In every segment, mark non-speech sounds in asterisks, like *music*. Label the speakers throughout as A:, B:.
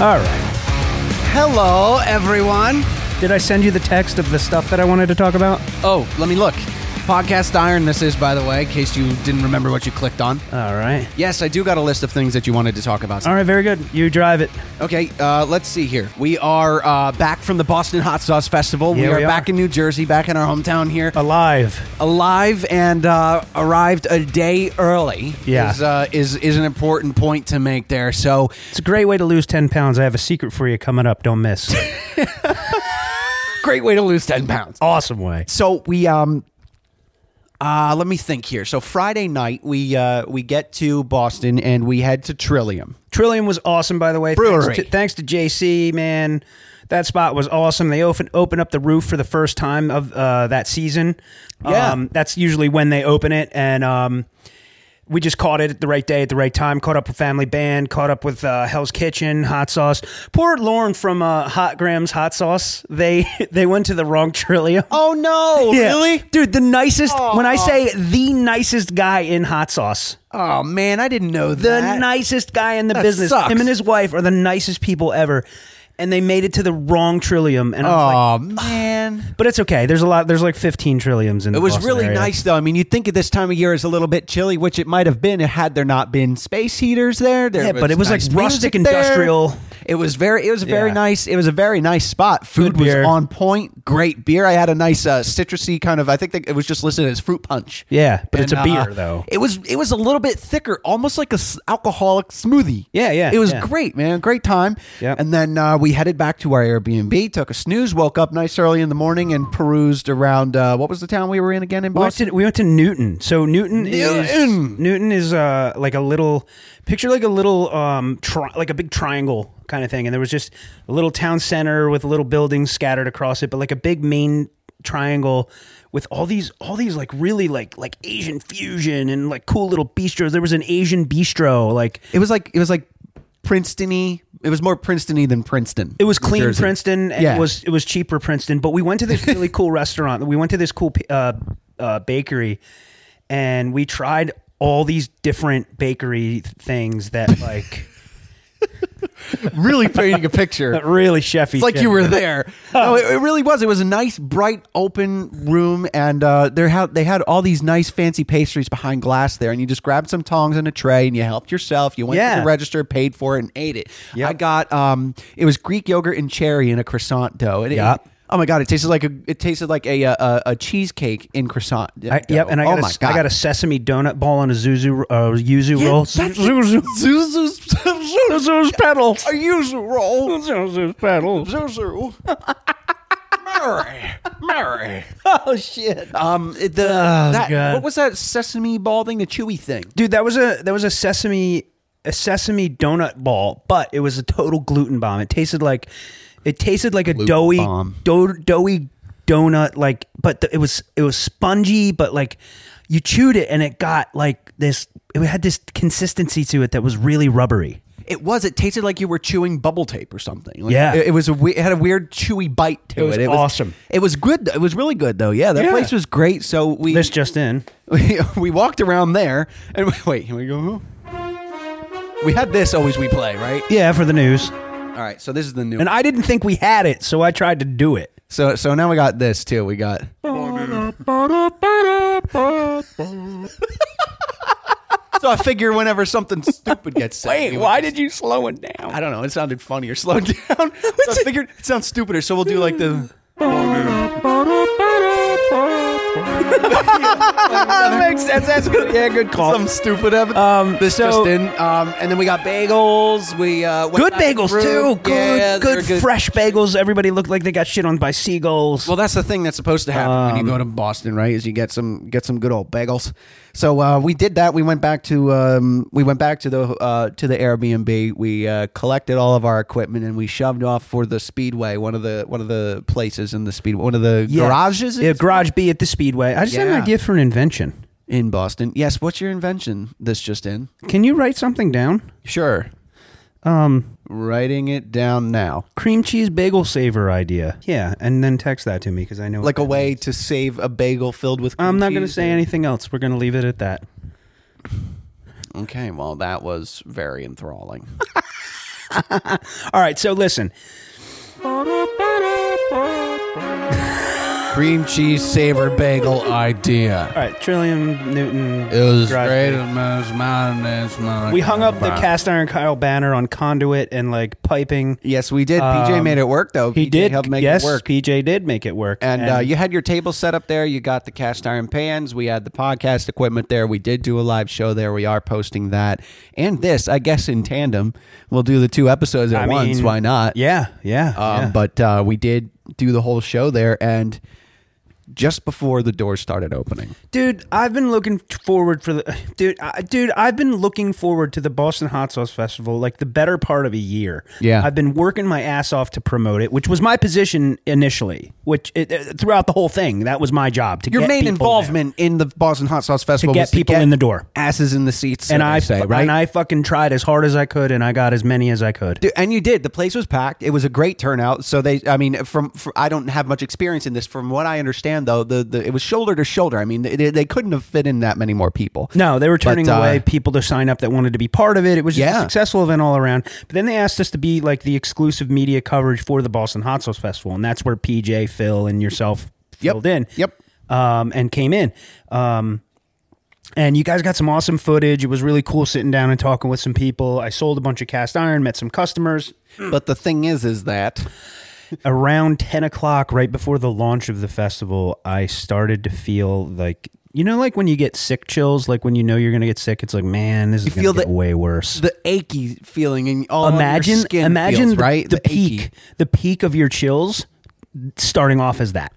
A: All right.
B: Hello, everyone.
A: Did I send you the text of the stuff that I wanted to talk about?
B: Oh, let me look. Podcast Iron, this is, by the way, in case you didn't remember what you clicked on.
A: All right.
B: Yes, I do got a list of things that you wanted to talk about.
A: All right, very good. You drive it.
B: Okay, uh, let's see here. We are uh, back from the Boston Hot Sauce Festival.
A: Yeah,
B: we are
A: we are.
B: back in New Jersey, back in our hometown here,
A: Alive.
B: alive and uh, arrived a day early.
A: Yeah.
B: is, uh, is is an important point to make there. So
A: It's a great way to lose 10 pounds. I have a secret for you coming up. Don't miss.
B: great way to lose ten pounds.
A: awesome way.
B: So we um uh let me think here. So Friday night we uh we get to Boston and we head to Trillium.
A: Trillium was awesome, by the way.
B: Brewery.
A: Thanks to, thanks to JC, man. That spot was awesome. They open, open up the roof for the first time of uh, that season.
B: Yeah.
A: Um, that's usually when they open it. And um, we just caught it at the right day, at the right time. Caught up with Family Band, caught up with uh, Hell's Kitchen, Hot Sauce. Poor Lauren from uh, Hot Grams Hot Sauce. They *laughs* they went to the wrong Trillium.
B: Oh no,
A: Yeah.
B: really?
A: Dude, the nicest, when I say the nicest guy in Hot Sauce,
B: Oh man, I didn't know
A: the
B: that.
A: nicest guy in the business.
B: sucks.
A: Him and his wife are the nicest people ever. And they made it to the wrong trillium. And I was like,
B: oh man.
A: but it's okay. There's a lot, there's like 15 trilliums in
B: It
A: the
B: was
A: Boston
B: really
A: area.
B: nice though. I mean, you'd think at this time of year is a little bit chilly, which it might have been had there not been space heaters there. there
A: Yeah, but it was, like,
B: nice
A: rustic
B: music there.
A: industrial.
B: It was very it was a very
A: Yeah.
B: nice it was a very nice spot. Food
A: Good
B: was
A: beer.
B: on point, great beer. I had a nice uh, citrusy kind of I think that it was just listed as fruit punch.
A: Yeah, but it's a
B: And,
A: beer,
B: uh,
A: though.
B: It was it was a little bit thicker, almost like a s- alcoholic smoothie.
A: Yeah, yeah,
B: It was
A: yeah.
B: great, man. Great time.
A: Yeah.
B: And then uh, we headed back to our Airbnb, took a snooze, woke up nice early in the morning, and perused around. Uh, what was the town we were in again in
A: We went,
B: Boston?
A: to, we went to Newton. So Newton, is
B: Newton!
A: Newton is uh, like a little picture, like a little um, tri- like a big triangle kind of thing. And there was just a little town center with little buildings scattered across it, but like a big main triangle with all these all these like really like like Asian fusion and like cool little bistros. There was an Asian bistro like
B: It was like it was like Princetony. It was more Princetony than Princeton.
A: It was
B: New
A: clean
B: Jersey.
A: Princeton, and
B: Yeah.
A: it was it was cheaper Princeton. But we went to this really cool *laughs* restaurant. We went to this cool uh, uh, bakery, and we tried all these different bakery th- things that like *laughs*
B: really painting a *laughs* picture.
A: that really chefy.
B: It's like you were there. No, it, it really was. It was a nice, bright, open room, and uh, they had they had all these nice, fancy pastries behind glass there. And you just grabbed some tongs and a tray, and you helped yourself. You went to
A: Yeah.
B: the register, paid for it, and ate it.
A: Yep.
B: I got um, it was Greek yogurt and cherry in a croissant dough. And it-
A: Yep.
B: oh my god, it tasted like a it tasted like a a, a, a cheesecake in croissant.
A: I,
B: dough.
A: yep, and I
B: oh
A: got, a
B: my
A: s- I
B: god,
A: got a sesame donut ball and a zuzu uh, yuzu
B: Yeah,
A: roll.
B: that's-
A: Zuzu
B: *laughs* Zuzu's-
A: Zuzu's petal.
B: a yuzu roll.
A: Zuzu's petal.
B: Zuzu. Mary, Mary.
A: Oh shit.
B: Um, it- the that,
A: Oh, God.
B: what was that sesame ball thing? The chewy thing.
A: dude that was a that was a sesame a sesame donut ball but it was a total gluten bomb it tasted like it tasted like a doughy
B: bomb.
A: dough- doughy donut like but the, it was it was spongy but like you chewed it and it got like this it had this consistency to it that was really rubbery
B: It was. It tasted like you were chewing bubble tape or something. Like,
A: Yeah.
B: it, it was. A, we- it had a weird chewy bite to it.
A: It was awesome.
B: It was good. though. It was really good though. Yeah, that
A: Yeah.
B: place was great. So we
A: this just in
B: we, *laughs* we walked around there and *laughs* we, wait. Can we go? We had this always we play right.
A: yeah for the news
B: All right. So this is the new.
A: and i didn't think we had it so i tried to do it
B: so so now we got this too. We got. so I figure whenever something stupid gets said, we would just-
A: you slow it down
B: I don't know. It sounded funnier. *laughs* Slow down. so I figured it sounds stupider, so we'll do like the.
A: that makes sense that's good yeah good call
B: Some stupid of it. Um, this
A: so-
B: just in. Um, and then we got bagels. We uh, went
A: Good
B: back
A: bagels
B: through.
A: too. Good,
B: Yeah, they're
A: good, fresh bagels. Everybody looked like they got shit on by seagulls.
B: Well, that's the thing that's supposed to happen when you go to Boston, right? Is you get some get some good old bagels. So uh, we did that. We went back to um, we went back to the uh, to the Airbnb. We uh, collected all of our equipment and we shoved off for the Speedway, one of the one of the places in the Speedway, one of the
A: Yeah.
B: garages.
A: Yeah, garage B at the Speedway. I just had
B: Yeah.
A: an idea for an invention.
B: in Boston. Yes, what's your invention? This just in.
A: Can you write something down?
B: Sure.
A: Um,
B: Writing it down now.
A: cream cheese bagel saver idea. Yeah, and then text that to me because I know. what
B: Like a
A: that
B: way
A: means.
B: to save a bagel filled with cream
A: I'm not going to
B: cheese.
A: say anything else. We're going to leave it at that.
B: Okay, well that was very enthralling.
A: All right, so listen.
B: Cream cheese savor bagel idea.
A: All right, Trillium Newton.
B: It was
A: Drive.
B: great and most modern and it's modern.
A: We hung up the cast iron Kyle banner on conduit and like piping.
B: Yes, we did. PJ made it work though.
A: Um, He
B: PJ
A: did
B: help make
A: yes,
B: it work.
A: PJ did make it work.
B: And, uh, you had your table set up there. You got the cast iron pans. We had the podcast equipment there. We did do a live show there. We are posting that and this, I guess, in tandem. We'll do the two episodes at
A: I
B: once.
A: mean,
B: Why not?
A: yeah, yeah,
B: Um,
A: yeah.
B: But uh, we did do the whole show there, and just before the doors started opening,
A: dude, I've been looking forward for the dude, I, dude, I've been looking forward to the Boston Hot Sauce Festival like the better part of a year.
B: Yeah.
A: I've been working my ass off to promote it, which was my position initially, which it, uh, throughout the whole thing, that was my job to
B: your
A: get
B: main
A: people there.
B: involvement in the Boston Hot Sauce Festival
A: get
B: was
A: people in the door.
B: asses in the seats,
A: And
B: so they
A: I
B: say, right?
A: and I fucking tried as hard as I could, and I got as many as I could.
B: Dude, and you did. The place was packed. It was a great turnout. So they, I mean, from, from I don't have much experience in this. From what I understand, though, the, the it was shoulder to shoulder. I mean, they, they couldn't have fit in that many more people.
A: No, they were turning
B: But, uh,
A: away people to sign up that wanted to be part of it. It was just a
B: Yeah.
A: successful event all around. But then they asked us to be like the exclusive media coverage for the Boston Hot Sauce Festival, and that's where PJ, Phil, and yourself
B: Yep.
A: filled in.
B: Yep.
A: Um, and came in. Um, and you guys got some awesome footage. It was really cool sitting down and talking with some people. I sold a bunch of cast iron, met some customers
B: But the thing is, is that
A: around 10 o'clock right before the launch of the festival i started to feel like you know like when you get sick chills like when you know you're gonna get sick it's like man this is gonna
B: feel
A: get
B: the-
A: way worse
B: the achy feeling in all of your
A: imagine
B: skin
A: imagine
B: feels,
A: the,
B: right
A: the,
B: achy.
A: peak the peak of your chills starting off as that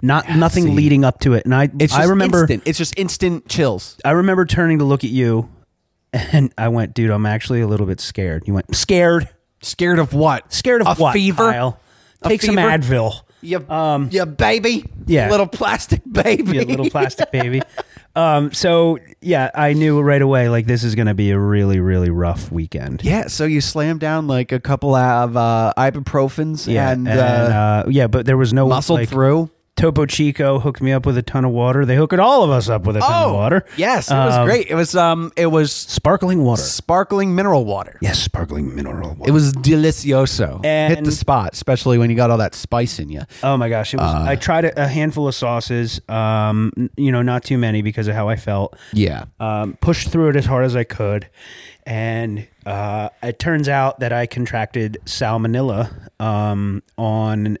A: not nothing
B: Ah, see.
A: leading up to it and i
B: It's just
A: i remember
B: instant. It's just instant chills.
A: i remember turning to look at you and i went dude i'm actually a little bit scared you went scared
B: Scared of what?
A: scared of
B: a
A: what
B: Fever.
A: Kyle?
B: A
A: take some
B: fever?
A: advil
B: You, you baby.
A: Um, Yeah.
B: Little plastic *laughs* baby.
A: be a little plastic baby. Um, so yeah, I knew right away like this is going to be a really really rough weekend.
B: Yeah, so you slam down like a couple of uh, ibuprofens and,
A: and,
B: uh,
A: uh, yeah, but there was no
B: muscle
A: like,
B: through.
A: Topo Chico hooked me up with a ton of water. They hooked all of us up with a ton
B: Oh,
A: of water.
B: yes, it was
A: Um,
B: great. It was um, it was
A: Sparkling water.
B: sparkling mineral water.
A: yes, sparkling mineral water.
B: It was delicioso. Hit the
A: And-
B: spot, especially when you got all that spice in you.
A: Oh my gosh! It was, I tried a, a handful of sauces. Um, n- you know, not too many because of how I felt.
B: Yeah,
A: um, pushed through it as hard as I could, and uh, it turns out that I contracted salmonella um, on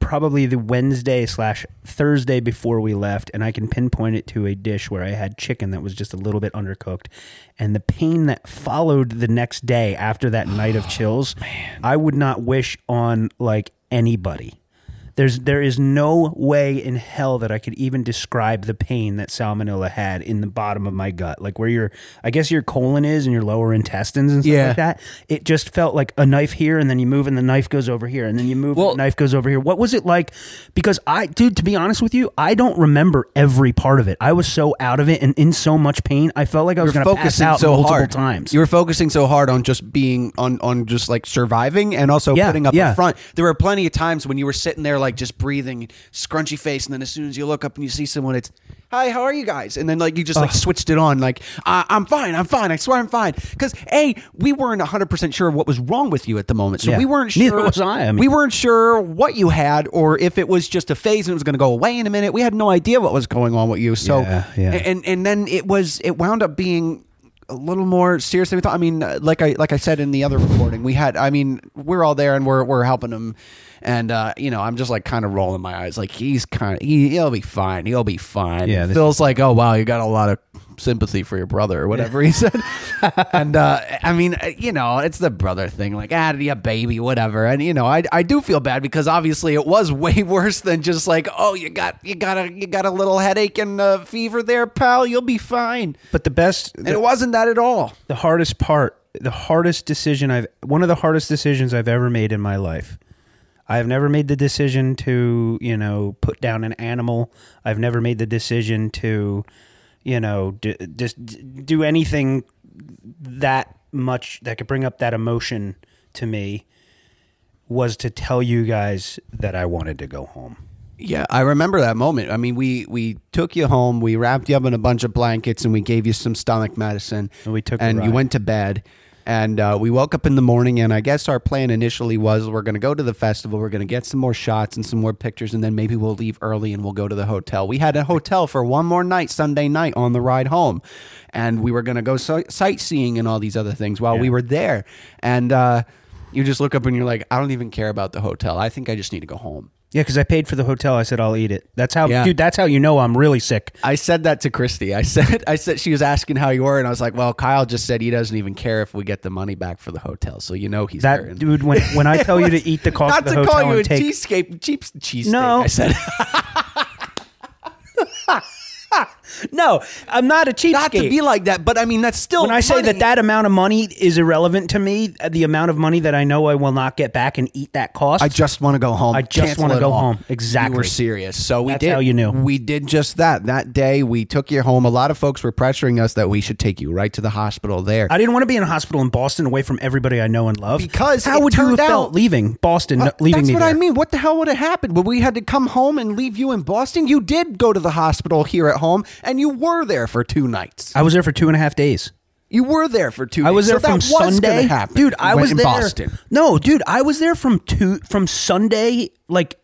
A: probably the Wednesday slash Thursday before we left, and I can pinpoint it to a dish where I had chicken that was just a little bit undercooked, and the pain that followed the next day after that night of chills, I would not wish on like anybody. There's there is no way in hell that I could even describe the pain that salmonella had in the bottom of my gut, like where your I guess your colon is and your lower intestines and stuff
B: Yeah.
A: like that. It just felt like a knife here, and then you move, and the knife goes over here, and then you move,
B: Well-
A: and the knife goes over here. What was it like? Because I, dude, to be honest with you, I don't remember every part of it. I was so out of it and in so much pain, I felt like I was going to pass out multiple
B: hard.
A: times.
B: You were focusing so hard on just being on on just like surviving and also
A: Yeah,
B: putting up
A: yeah.
B: a front. There were plenty of times when you were sitting there like just breathing, scrunchy face, and then as soon as you look up and you see someone, it's hi, how are you guys? And then like you just like switched it on, like I- I'm fine, I'm fine, I swear I'm fine. Because a we weren't 100 percent sure what was wrong with you at the moment, so
A: Yeah.
B: we weren't sure.
A: Neither was I, I mean-
B: we weren't sure what you had or if it was just a phase and it was going to go away in a minute. We had no idea what was going on with you. So
A: Yeah, yeah.
B: and and then it was it wound up being a little more serious than we thought. I mean, uh, like I like I said in the other recording, we had. I mean, we're all there and we're we're helping him, and uh, you know, I'm just like kind of rolling my eyes, like he's kind of he, he'll be fine, he'll be fine.
A: Yeah, this-
B: Phil's like, oh wow, you got a lot of sympathy for your brother or whatever he said, *laughs* and uh, I mean, uh, you know, it's the brother thing, like ah, yeah, baby, whatever, and you know, I I do feel bad because obviously it was *laughs* way worse than just like oh you got you got a you got a little headache and uh, fever there, pal, you'll be fine.
A: but the best,
B: And it wasn't that at all.
A: the hardest part, the hardest decision I've, one of the hardest decisions I've ever made in my life. I've never made the decision to, you know, put down an animal. I've never made the decision to, you know, d- just d- do anything that much that could bring up that emotion to me was to tell you guys that I wanted to go home.
B: Yeah, I remember that moment. I mean, we we took you home, we wrapped you up in a bunch of blankets, and we gave you some stomach medicine.
A: And we took a
B: and you
A: ride.
B: went to bed. And uh, we woke up in the morning, and I guess our plan initially was we're going to go to the festival, we're going to get some more shots and some more pictures, and then maybe we'll leave early and we'll go to the hotel. We had a hotel for one more night Sunday night on the ride home, and we were going to go si- sightseeing and all these other things while we were there. And uh, you just look up and you're like, I don't even care about the hotel. I think I just need to go home.
A: Yeah, because I paid for the hotel. I said I'll eat it. That's how,
B: Yeah.
A: dude. That's how you know I'm really sick.
B: I said that to Christy. I said I said she was asking how you were, and I was like, "Well, Kyle just said he doesn't even care if we get the money back for the hotel, so you know he's hurting."
A: That dude, when when
B: *laughs*
A: I tell you to eat the cost
B: Not
A: of the
B: to
A: hotel
B: call you a
A: and take,
B: cheesecake, cheap cheesesteak.
A: No.
B: I said
A: *laughs* no, I'm not a cheapskate.
B: not to be like that, but I mean that's still.
A: when I say
B: money.
A: that that amount of money is irrelevant to me, uh, the amount of money that I know I will not get back and eat that cost.
B: I just want to go home.
A: I just
B: Cancel
A: wanna
B: it
A: go
B: all.
A: home.
B: You were
A: Exactly.
B: serious. So we
A: That's
B: did.
A: how you knew.
B: We did just that. That day we took you home. A lot of folks were pressuring us that we should take you right to the hospital there.
A: I didn't want to be in a hospital in Boston away from everybody I know and love.
B: Because
A: how
B: it
A: would you have
B: turned
A: felt
B: out-
A: leaving Boston,
B: Uh,
A: no- leaving
B: That's
A: me
B: what
A: there?
B: I mean. What the hell would have happened? Would we had to come home and leave you in Boston? You did go to the hospital here at home, and you were there for two nights.
A: I was there for two and a half days.
B: You were there for two.
A: I was there
B: days.
A: from
B: so that was gonna
A: Sunday,
B: happen.
A: dude. I
B: When-
A: was
B: in
A: there.
B: Boston.
A: No, dude, I was there from two from Sunday like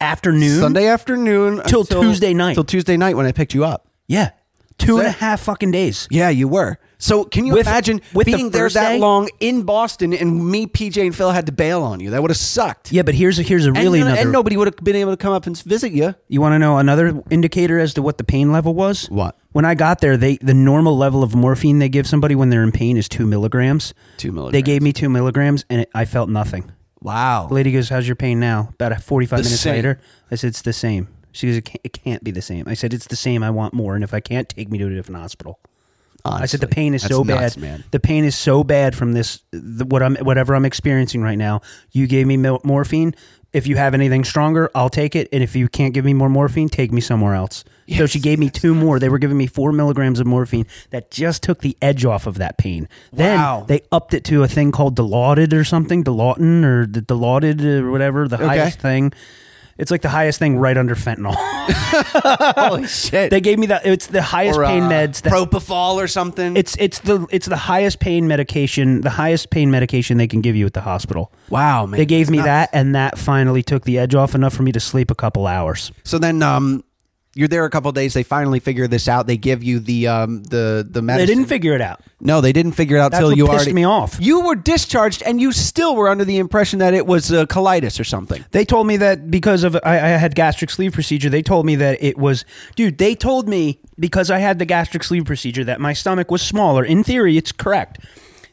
A: afternoon.
B: Sunday afternoon
A: Till Tuesday night.
B: Till Tuesday night when I picked you up.
A: yeah, two and a
B: That-
A: half fucking days.
B: Yeah, you were. So can you
A: With-
B: imagine
A: with the
B: being there
A: first
B: that
A: day?
B: long in Boston and me, PJ, and Phil had to bail on you? That would have sucked.
A: Yeah, but here's a, here's a
B: and,
A: really
B: and
A: another.
B: nobody would have been able to come up and visit you.
A: You want to know another indicator as to what the pain level was?
B: What?
A: When I got there, they the normal level of morphine they give somebody when they're in pain is two milligrams.
B: Two
A: They
B: milligrams.
A: gave me two milligrams, and it, I felt nothing.
B: Wow.
A: The lady goes, "How's your pain now?" About forty five
B: The
A: minutes
B: same.
A: later, I said, "It's the same." She goes, it can't, "It can't be the same." I said, "It's the same. I want more, and if I can't, take me to a different hospital." I said the
B: Honestly,
A: pain is
B: that's
A: so
B: nuts,
A: bad.
B: man.
A: The pain is so bad from this the, what I'm whatever I'm experiencing right now. You gave me mil- morphine. If you have anything stronger, I'll take it. And if you can't give me more morphine, take me somewhere else. so she gave me two more. They were giving me four milligrams of morphine that just took the edge off of that pain.
B: Wow.
A: Then they upped it to a thing called Dilaudid or something, Dilaudin or the Dilaudid or whatever, the highest thing. It's like the highest thing right under fentanyl. *laughs*
B: Holy shit.
A: they gave me that. It's the highest
B: Or,
A: pain
B: uh,
A: meds that
B: propofol or something.
A: it's it's the it's the highest pain medication, the highest pain medication they can give you at the hospital.
B: wow, man.
A: They gave me that, and that finally took the edge off enough for me to sleep a couple hours.
B: So then, um, you're there a couple days. They finally figure this out. They give you the um the
A: They
B: the medicine.
A: didn't figure it out.
B: No, they didn't figure it out
A: That's
B: till
A: what
B: you
A: pissed
B: already
A: me off.
B: You were discharged, and you still were under the impression that it was uh, colitis or something.
A: They told me that because of I, I had gastric sleeve procedure. They told me that it was, dude. They told me because I had the gastric sleeve procedure that my stomach was smaller. In theory, it's correct.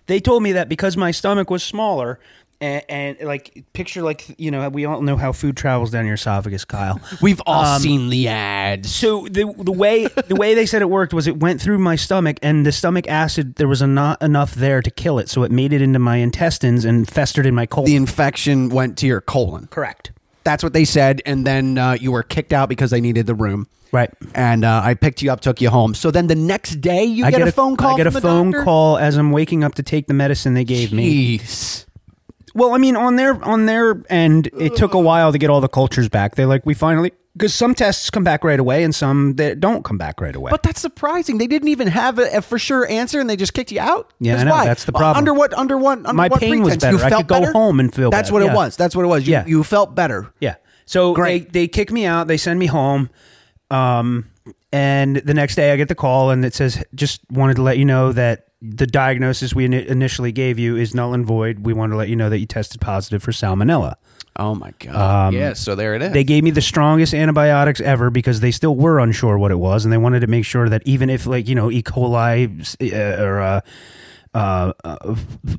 A: They told me that because my stomach was smaller, and, and like picture like you know we all know how food travels down your esophagus, Kyle.
B: We've all
A: Um,
B: seen the ads.
A: So the the way the way they said it worked was it went through my stomach and the stomach acid there was a not enough there to kill it so it made it into my intestines and festered in my colon.
B: The infection went to your colon.
A: Correct.
B: That's what they said, and then uh, you were kicked out because they needed the room.
A: Right.
B: And uh, I picked you up, took you home. So then the next day, you
A: I
B: get, a phone call.
A: I get
B: from
A: a
B: the
A: phone
B: doctor?
A: call as I'm waking up to take the medicine they gave me.
B: Jeez.
A: Well, I mean, on their on their end, it took a while to get all the cultures back. They like we finally because some tests come back right away and some that don't come back right away.
B: But that's surprising. They didn't even have a, a for sure answer, and they just kicked you out.
A: Yeah, I
B: 'Cause
A: know.
B: why?
A: That's the
B: Uh,
A: problem.
B: Under what? Under what? Under
A: My
B: what
A: pain was
B: pretense?
A: better.
B: You
A: I
B: felt
A: could go
B: better?
A: home and feel
B: That's
A: better.
B: what
A: Yeah.
B: it was. That's what it was. You,
A: Yeah.
B: you felt better.
A: Yeah. So
B: Great.
A: they they kick me out. They send me home. Um, and the next day I get the call and it says, "Just wanted to let you know that the diagnosis we ini- initially gave you is null and void. We want to let you know that you tested positive for salmonella."
B: Oh my god. yeah. So there it is.
A: Um, They gave me the strongest antibiotics ever because they still were unsure what it was, and they wanted to make sure that even if, like, you know, E. coli uh, or uh, uh, uh,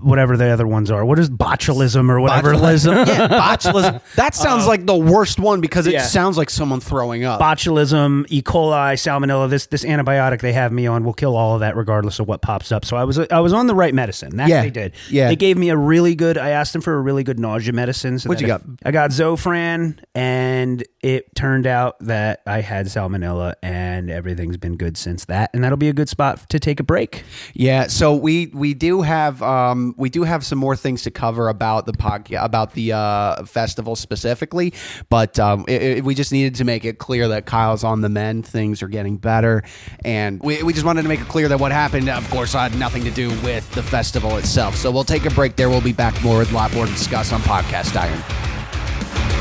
A: whatever the other ones are, what is botulism or whatever? *laughs*
B: botulism. yeah, botulism. That sounds like the worst one because it
A: yeah.
B: sounds like someone throwing up.
A: botulism, E. coli, salmonella. This this antibiotic they have me on will kill all of that, regardless of what pops up. So I was I was on the right medicine. That
B: Yeah.
A: they did.
B: Yeah.
A: they gave me a really good. I asked them for a really good nausea medicine. So
B: What'd
A: that
B: you
A: if-
B: got?
A: I got Zofran and it turned out that I had salmonella, and everything's been good since that. And that'll be a good spot to take a break.
B: Yeah, so we we do have um, we do have some more things to cover about the podcast about the uh, festival specifically, but um, it, it- we just needed to make it clear that Kyle's on the mend. Things are getting better, and we, we just wanted to make it clear that what happened, of course, had nothing to do with the festival itself. So we'll take a break there. We'll be back more with a lot more to discuss on Podcast Iron.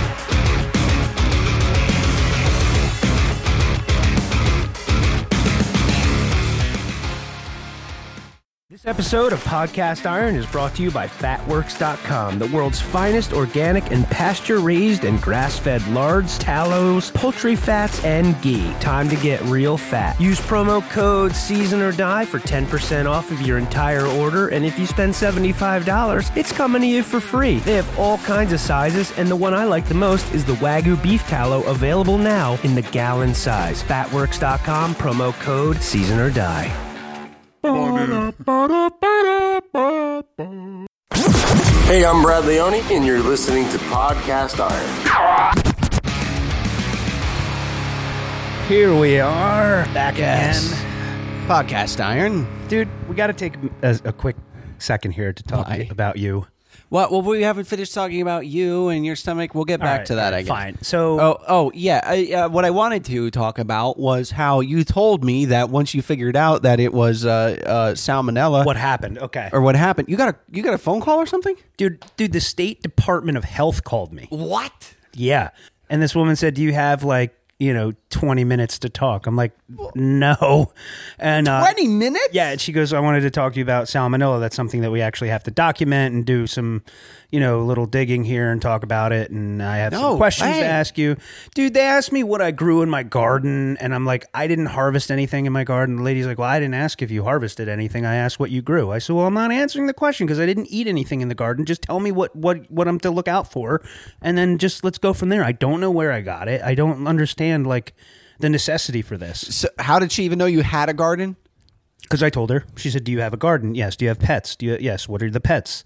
C: This episode of Podcast Iron is brought to you by fatworks.com, the world's finest organic and pasture raised and grass fed lards, tallows, poultry fats, and ghee. Time to get real fat. Use promo code Season or Die for 10% off of your entire order, and if you spend $75, it's coming to you for free. They have all kinds of sizes, and the one I like the most is the Wagyu beef tallow available now in the gallon size. Fatworks.com, promo code Season or Die.
D: Hey, I'm Brad Leone, and you're listening to Podcast Iron.
A: Here we are back
B: Yes.
A: again,
B: Podcast Iron.
A: dude. We got to take a, a quick second here to talk
B: Why?
A: about you.
B: Well, well, we haven't finished talking about you and your stomach. We'll get
A: All
B: back
A: right,
B: to that. I guess.
A: Fine. So,
B: Oh, oh, yeah. I, uh, what I wanted to talk about was how you told me that once you figured out that it was uh, uh, salmonella
A: what happened? Okay,
B: or what happened, you got a you got a phone call or something.
A: dude. Dude, the State Department of Health called me.
B: What?
A: Yeah. And this woman said, Do you have like, you know, 20 minutes to talk? I'm like, No. And uh,
B: Twenty minutes?
A: Yeah. And she goes, I wanted to talk to you about salmonella. That's something that we actually have to document and do some, you know, little digging here and talk about it. And I have
B: No
A: some questions
B: way.
A: to ask you. Dude, they asked me what I grew in my garden. And I'm like, I didn't harvest anything in my garden. The lady's like, Well, I didn't ask if you harvested anything. I asked what you grew. I said, Well, I'm not answering the question because I didn't eat anything in the garden. Just tell me what, what, what I'm to look out for. And then just let's go from there. I don't know where I got it. I don't understand, like, the necessity for this.
B: So how did she even know you had a garden?
A: Because I told her, she said, "Do you have a garden? Yes. Do you have pets? Do you yes? What are the pets?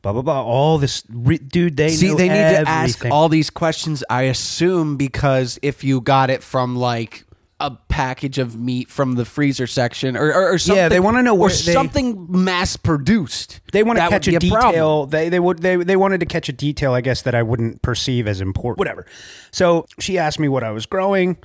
A: Blah blah blah. All this, re- dude. They
B: See,
A: know
B: they need to ask
A: everything.
B: all these questions. I assume because if you got it from like a package of meat from the freezer section or, or, or something,
A: Yeah, they wanna know
B: or
A: where they-
B: something mass produced.
A: They want to
B: that would
A: catch a
B: be problem.
A: detail. They they would they they wanted to catch a detail. I guess that I wouldn't perceive as important. Whatever. So she asked me what I was growing,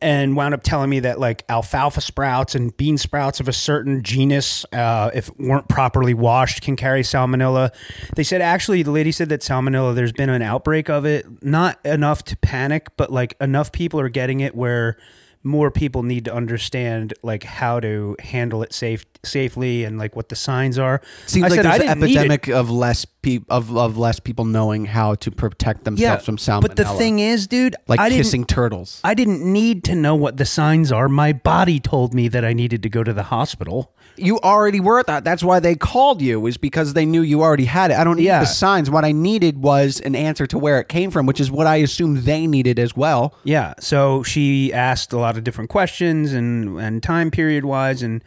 A: and wound up telling me that like alfalfa sprouts and bean sprouts of a certain genus, uh, if weren't properly washed, can carry salmonella. They said actually, the lady said that salmonella. There's been an outbreak of it. Not enough to panic, but like enough people are getting it where more people need to understand like how to handle it safe safely and like what the signs are.
B: Seems
A: I
B: like
A: said
B: there's
A: I
B: an
A: didn't need it.
B: epidemic of less peop of, of less people knowing how to protect themselves from salmonella.
A: But the thing is, dude,
B: like
A: I didn't,
B: kissing turtles.
A: I didn't need to know what the signs are. My body told me that I needed to go to the hospital.
B: You already were at that. That's why they called you is because they knew you already had it. I don't need
A: Yeah.
B: the signs. What I needed was an answer to where it came from, which is what I assumed they needed as well.
A: Yeah. So she asked a lot of different questions and and time period wise and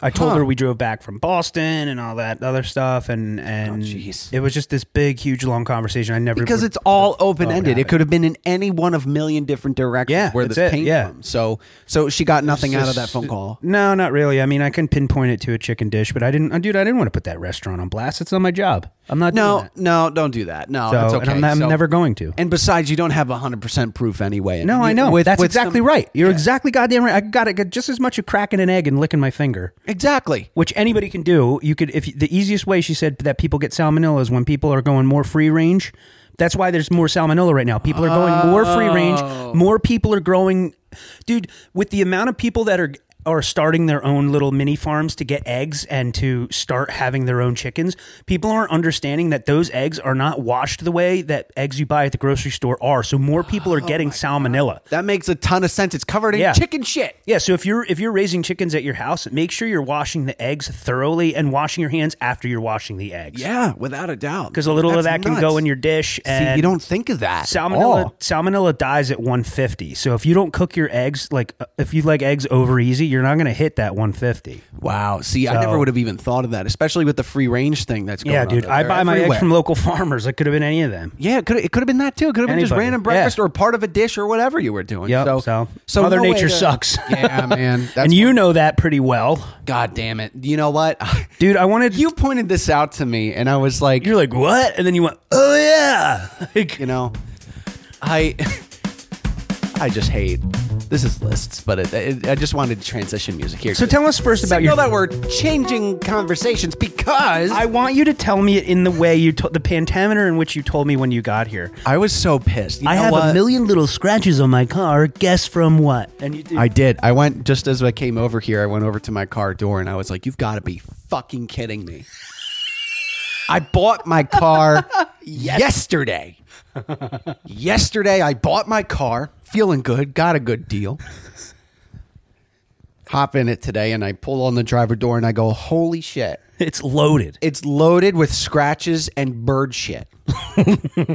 A: I told her we drove back from Boston and all that other stuff and and
B: Oh, jeez.
A: it was just this big huge long conversation. I never
B: Because
A: would-
B: it's all open ended.
A: happened.
B: It could have been in any one of million different directions
A: Yeah,
B: where
A: that's
B: this
A: it,
B: came
A: yeah.
B: from. So so she got nothing out of that
A: just-
B: phone call.
A: No, not really. I mean, I can pinpoint it to a chicken dish, but I didn't uh, dude, I didn't want to put that restaurant on blast. It's not my job. I'm not doing
B: No,
A: that.
B: no, don't do that. No,
A: So,
B: that's okay.
A: and I'm, I'm
B: So-
A: never going to.
B: And besides, you don't have 100% proof anyway.
A: No,
B: You-
A: Oh, I know.
B: with-
A: That's
B: with
A: exactly
B: some-
A: right. You're exactly goddamn right. I got to get just as much of cracking an egg and licking my finger,
B: Exactly.
A: which anybody can do. You could if you- the easiest way she said that people get salmonella is when people are going more free range. That's why there's more salmonella right now. People are going more free range.
B: Oh.
A: More people are growing, dude. With the amount of people that are are starting their own little mini farms to get eggs and to start having their own chickens, people aren't understanding that those eggs are not washed the way that eggs you buy at the grocery store are. So more people
B: Oh
A: are getting salmonella.
B: That makes a ton of sense. It's covered in
A: Yeah.
B: chicken shit.
A: Yeah, so if you're if you're raising chickens at your house, make sure you're washing the eggs thoroughly and washing your hands after you're washing the eggs.
B: Yeah, without a doubt.
A: because a little of that can go in your dish. And
B: See, you don't think of that. at
A: salmonella.
B: all.
A: Salmonella dies at 150. So if you don't cook your eggs, like uh, if you like eggs over easy, you're you're not going to hit that 150.
B: Wow. See, I never
A: So-
B: would have even thought of that, especially with the free range thing that's going
A: Yeah,
B: on.
A: dude.
B: out
A: I
B: there.
A: buy my
B: Everywhere.
A: eggs from local *laughs* farmers. It could have been any of them.
B: Yeah, it could it could have been that too. It could have been just
A: Anybody.
B: random
A: Yeah.
B: breakfast or part of a dish or whatever you were doing.
A: Yep.
B: So,
A: So, Mother
B: no way
A: Nature
B: to-
A: sucks.
B: *laughs* yeah, man.
A: *laughs*
B: That's
A: and you know that pretty well,
B: God damn it. You know what? *laughs*
A: dude. I wanted
B: you pointed this out to me, and I was like,
A: You're like what? And then you went, oh yeah. *laughs* Like,
B: you know, I *laughs* I just hate. This is lists, but it, it, I just wanted to transition music here.
A: so tell us first about
B: Signal
A: your.
B: that we're changing conversations because
A: I want you to tell me it in the way you to- the pentameter in which you told me when you got here.
B: I was so pissed. You
A: I
B: know
A: have
B: what?
A: a million little scratches on my car. Guess from what? And you do.
B: I did. I went just as I came over here. I went over to my car door and I was like, "You've got to be fucking kidding me." I bought my car yesterday. yesterday, I bought my car, feeling good, got a good deal. Hop in it today, and I pull on the driver door and I go, "Holy shit!"
A: it's loaded.
B: It's loaded with scratches and bird shit.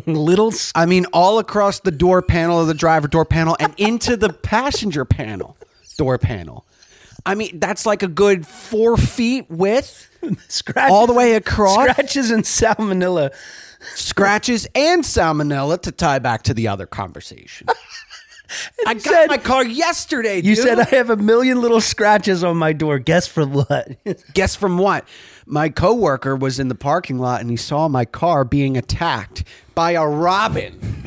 A: Little s-
B: I mean, all across the door panel of the driver door panel and into the passenger panel door panel. I mean, that's like a good four feet width,
A: scratches
B: all the way across,
A: Scratches and salmonella.
B: scratches and salmonella to tie back to the
A: *laughs*
B: other conversation. I got
A: said-
B: my car yesterday.
A: You
B: dude.
A: said I have a million little scratches on my door. Guess for what? *laughs*
B: Guess from what? My coworker was in the parking lot and he saw my car being attacked by a robin.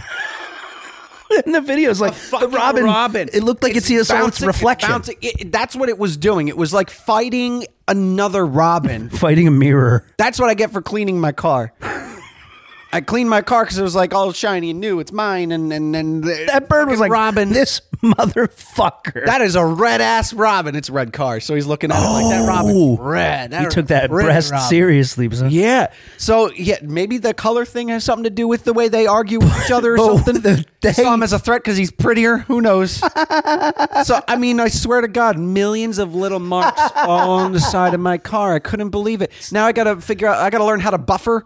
A: in the video, it's like
B: fucking
A: Robin.
B: Robin.
A: It looked like it's, it saw its
B: bouncing-
A: reflection,
B: bouncing- it- it- that's what it was doing. It was like fighting
A: *laughs*
B: another robin.
A: fighting a mirror.
B: That's what I get for cleaning my car. I cleaned my car because it was like all shiny and new. It's mine, and and and
A: That bird was like
B: Robin.
A: This motherfucker.
B: that is a red ass Robin. It's a red car, so he's looking at it like that Robin red.
A: you Oh. took that
B: red
A: breast
B: Robin.
A: seriously. son.
B: Yeah. So yeah, maybe the color thing has something to do with the way they argue with each other or
A: But
B: something.
A: the
B: They saw
A: thing-
B: him as a threat because he's prettier. Who knows? *laughs* so I mean, I swear to God, millions of little marks all on the side of my car. I couldn't believe it. Now I gotta figure out. I gotta learn how to buffer.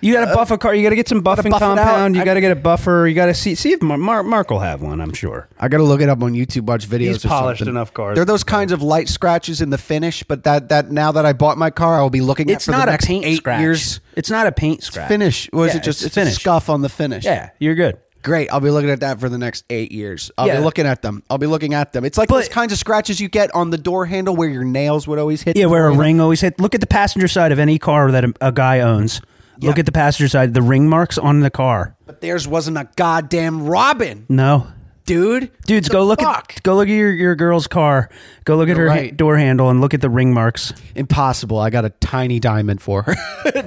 A: You got to buff a car. You got to get some buffing
B: Uh, buff it
A: compound.
B: out.
A: You
B: I-
A: got to get a buffer. You got to see see if Mar- Mar- Mark will have one. I'm sure.
B: I gotta look it up on YouTube, watch videos.
A: He's
B: or
A: polished
B: something.
A: enough cars.
B: They're those kinds of light scratches in the finish, but that that now that I bought my car, I will be looking at
A: It's
B: for
A: not a
B: the next
A: paint
B: eight
A: scratch.
B: years.
A: It's not a paint scratch.
B: Finish or is
A: Yeah,
B: it just it's,
A: finish?
B: a scuff on the finish?
A: Yeah, you're good.
B: great. I'll be looking at that for the next eight years. I'll
A: Yeah.
B: be looking at them. I'll be looking at them. It's like
A: But-
B: those kinds of scratches you get on the door handle where your nails would always hit.
A: Yeah,
B: the
A: where a
B: door
A: ring always hit. Look at the passenger side of any car that a, a guy owns. Look
B: Yeah.
A: at the passenger side. The ring marks on the car.
B: But theirs wasn't a goddamn robin,
A: No,
B: dude.
A: dudes,
B: The
A: go look
B: fuck?
A: at go look at your, your girl's car. Go look at her ha-
B: right.
A: door handle and look at the ring marks.
B: Impossible. I got a tiny diamond for her. *laughs*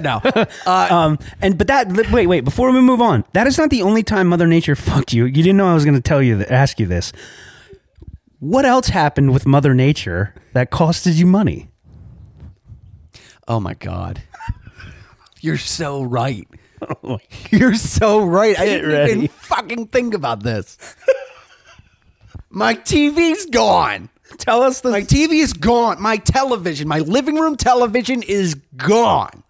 A: *laughs*
B: no. Uh,
A: Um, and but that li- wait wait before we move on, that is not the only time Mother Nature fucked you. You didn't know I was going to tell you that, ask you this. What else happened with Mother Nature that costed you money?
B: oh my god. *laughs* You're
A: *laughs*
B: so right. *laughs* You're so right. I didn't even
A: Oh ready.
B: fucking think about this. *laughs* My TV's gone.
A: Tell us the
B: My TV is gone. My television, my living room television is gone.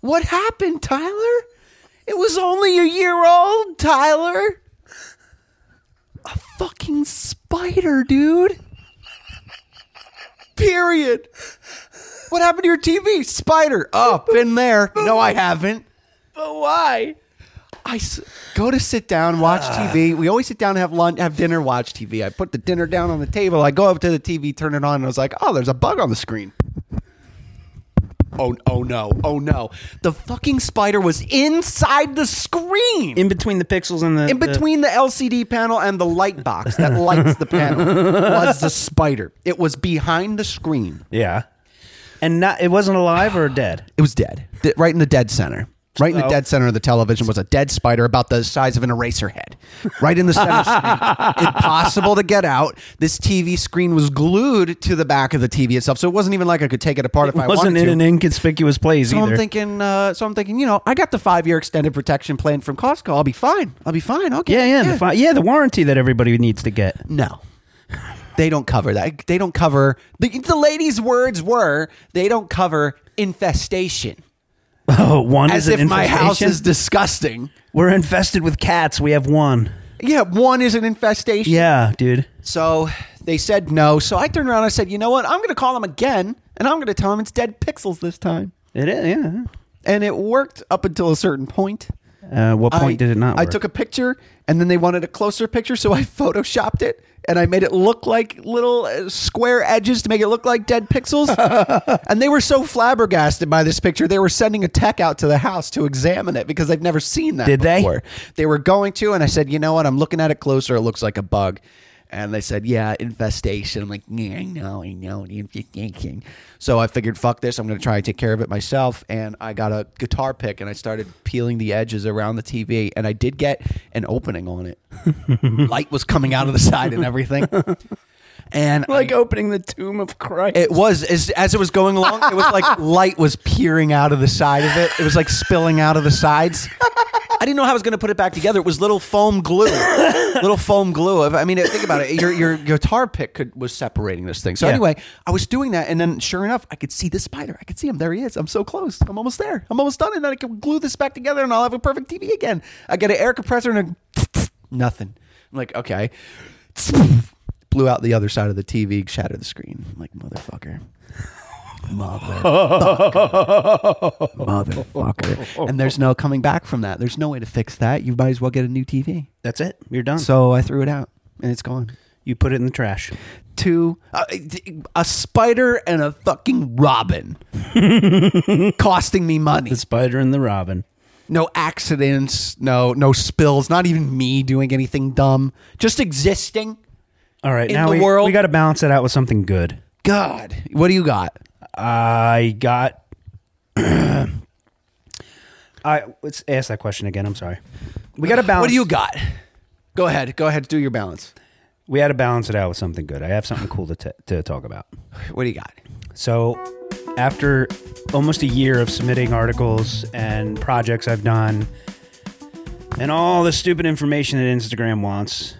B: What happened, Tyler? It was only a year old, Tyler. A fucking spider, dude. Period. What happened to your TV? Spider. Oh, been there. No, I haven't.
A: but why? Ah.
B: I s- go to sit down, watch TV. We always sit down, have lunch, have dinner, watch TV. I put the dinner down on the table. I go up to the TV, turn it on, and I was like, "Oh, there's a bug on the screen." Oh, oh no, oh no! The fucking spider was inside the screen, in,
A: In between the pixels and the the-
B: between the LCD panel and the light box that lights the panel. Was the spider? It was behind the screen.
A: yeah, and not it wasn't alive or dead.
B: It was dead, D- right in the dead center. Right in the
A: Oh.
B: dead center of the television was a dead spider about the size of an eraser head. Right in the center screen. Impossible to get out. This TV screen was glued to the back of the TV itself, so it wasn't even like I could take it apart if I
A: wasn't
B: wanted
A: in
B: to.
A: an inconspicuous place
B: so
A: either.
B: I'm thinking, uh, so I'm thinking, you know, I got the five year extended protection plan from Costco. I'll be fine. I'll be fine. Okay.
A: yeah, yeah, The fi- yeah, the warranty that everybody needs to get. *laughs*
B: No. They don't cover that. They don't cover the, the lady's words were they don't cover infestation.
A: Oh, one
B: As
A: is an
B: if my house
A: infestation?
B: is disgusting.
A: We're infested with cats. We have one.
B: Yeah, one is an infestation.
A: Yeah, dude.
B: So They said no. So I turned around and I said, you know what? I'm going to call them again and I'm going to tell them it's dead pixels this time.
A: It is, yeah.
B: And it worked up until a certain point.
A: Uh, what point
B: I,
A: did it not? Work?
B: I took a picture and then they wanted a closer picture. So I *laughs* photoshopped it and I made it look like little uh, square edges to make it look like dead
A: *laughs*
B: pixels. and they were so flabbergasted by this picture, they were sending a tech out to the house to examine it because they've never seen that
A: Did they?
B: before. They were going to, and I said, you know what? I'm looking at it closer. It looks like a bug. And they said, yeah, infestation. I'm like, yeah, I know, I know, the infestation. So I figured, fuck this. I'm going to try and take care of it myself. And I got a guitar pick and I started peeling the edges around the TV. And I did get an opening on it. Light was coming out of the side and everything. And
A: like
B: I-
A: opening the tomb of Christ.
B: it was as as it was going along, it was like light was peering out of the side of it. It was like spilling out of the sides. I didn't know how I was going to put it back together. It was little foam glue, little foam glue. I mean, think about it. Your your guitar pick could, was separating this thing. So
A: Yeah.
B: anyway, I was doing that, and then sure enough, I could see the spider. I could see him. There he is. I'm so close. I'm almost there. I'm almost done, and then I can glue this back together, and I'll have a perfect TV again. I get an air compressor and a nothing. I'm like, okay blew out the other side of the TV, shattered the screen. I'm like, motherfucker. Motherfucker. Motherfucker. And there's no coming back from that. There's no way to fix that. You might as well get a new TV.
A: That's it. You're done.
B: So I threw it out and it's gone.
A: you put it in the trash.
B: Two, uh, a spider and a fucking robin *laughs* costing me money.
A: The spider and the robin.
B: No accidents, no no spills, not even me doing anything dumb. Just existing.
A: All right,
B: In
A: now
B: the
A: we,
B: world-
A: we got to balance it out with something good.
B: God, what do you got?
A: I got. *clears throat* I let's ask that question again. I'm sorry. We got to balance.
B: What do you got? Go ahead. Go ahead. Do your balance.
A: We had to balance it out with something good. I have something cool to t- to talk about.
B: What do you got?
A: So, after almost a year of submitting articles and projects I've done, and all the stupid information that Instagram wants,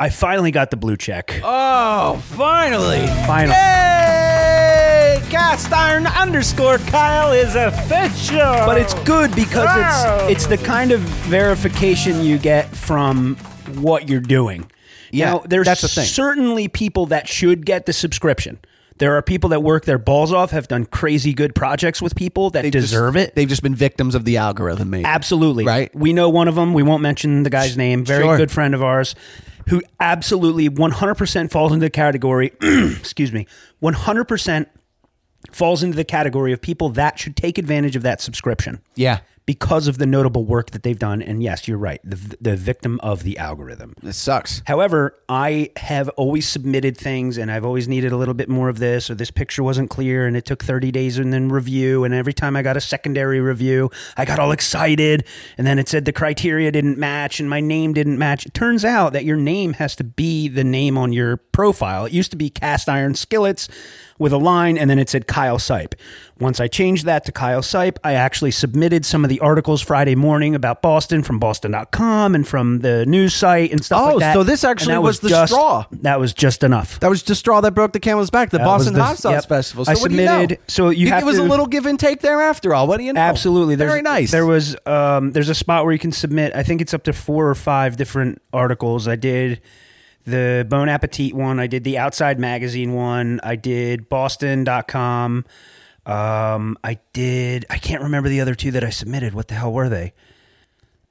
A: I finally got the blue check.
B: Oh, finally.
A: Finally.
B: Hey, cast iron underscore Kyle is official.
A: but it's good because
B: Oh.
A: it's it's the kind of verification you get from what you're doing.
B: Yeah,
A: now, there's
B: that's the thing.
A: certainly people that should get the subscription. There are people that work their balls off, have done crazy good projects with people that deserve it.
B: They've just been victims of the algorithm, maybe.
A: Absolutely.
B: Right?
A: We know one of them. We won't mention the guy's name. Very
B: Sure.
A: good friend of ours who absolutely 100% falls into the category, *clears throat* excuse me, 100% falls into the category of people that should take advantage of that subscription.
B: Yeah.
A: Because of the notable work that they've done. And yes, you're right. The, the victim of the algorithm.
B: It sucks.
A: However, I have always submitted things and I've always needed a little bit more of this, or this picture wasn't clear and it took 30 days and then review. And every time I got a secondary review, I got all excited. And then it said the criteria didn't match and my name didn't match. It turns out that your name has to be the name on your profile. It used to be cast iron skillets with a line and then it said Kyle Sipe. Once I changed that to Kyle Sipe, I actually submitted some of the articles Friday morning about Boston from boston.com and from the news site and stuff
B: Oh,
A: like that.
B: so this
A: And
B: actually
A: that
B: was the
A: just-
B: straw.
A: That was just enough.
B: That was the straw that broke the camel's back, the
A: That was
B: Boston
A: the-
B: Hot Sauce
A: yep.
B: Festival.
A: I
B: So what do you know?
A: submitted- so you have
B: It was
A: to-
B: a little give and take there after all. What do you know?
A: Absolutely, there's,
B: Very nice.
A: There was um, there's a spot where you can submit. I think it's up to four or five different articles. I did the Bon Appetit one. I did the Outside Magazine one. I did Boston.com. Um, I did. I can't remember the other two that I submitted. What the hell were they?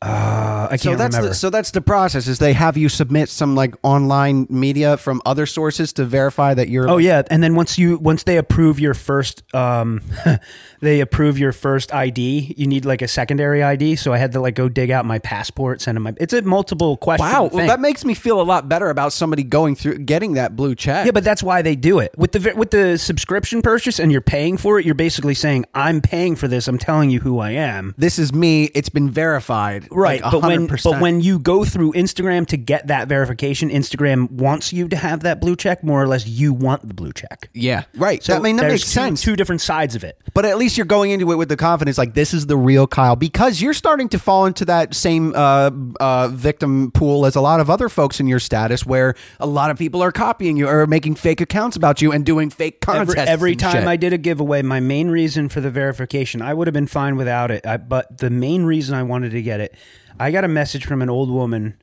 A: Uh, I can't
B: so that's
A: remember.
B: the, so that's the process is they have you submit some like online media from other sources to verify that you're
A: Oh yeah, and then once you once they approve your first, um, *laughs* they approve your first ID. You need like a secondary ID, so I had to like go dig out my passport, send them my. It's a multiple question.
B: Wow, well,
A: thing.
B: that makes me feel a lot better about somebody going through getting that blue check.
A: yeah, but that's why they do it with the vi- with the subscription purchase, and you're paying for it. You're basically saying, "I'm paying for this. I'm telling you who I am."
B: this is me. It's been verified,
A: Right,
B: Like
A: but when
B: 100%.
A: but when you go through Instagram to get that verification, Instagram wants you to have that blue check. More or less, you want the blue check.
B: yeah, right.
A: So
B: that, I mean, that
A: there's
B: makes
A: two-
B: sense.
A: Two different sides of it.
B: but at least you're going into it with the confidence, like this is the real Kyle, because you're starting to fall into that same uh, uh, victim pool as a lot of other folks in your status, where a lot of people are copying you or making fake accounts about you and doing fake contests.
A: every, every
B: and
A: time
B: shit.
A: I did a giveaway, my main reason for the verification, I would have been fine without it. I, but the main reason I wanted to get it, I got a message from an old woman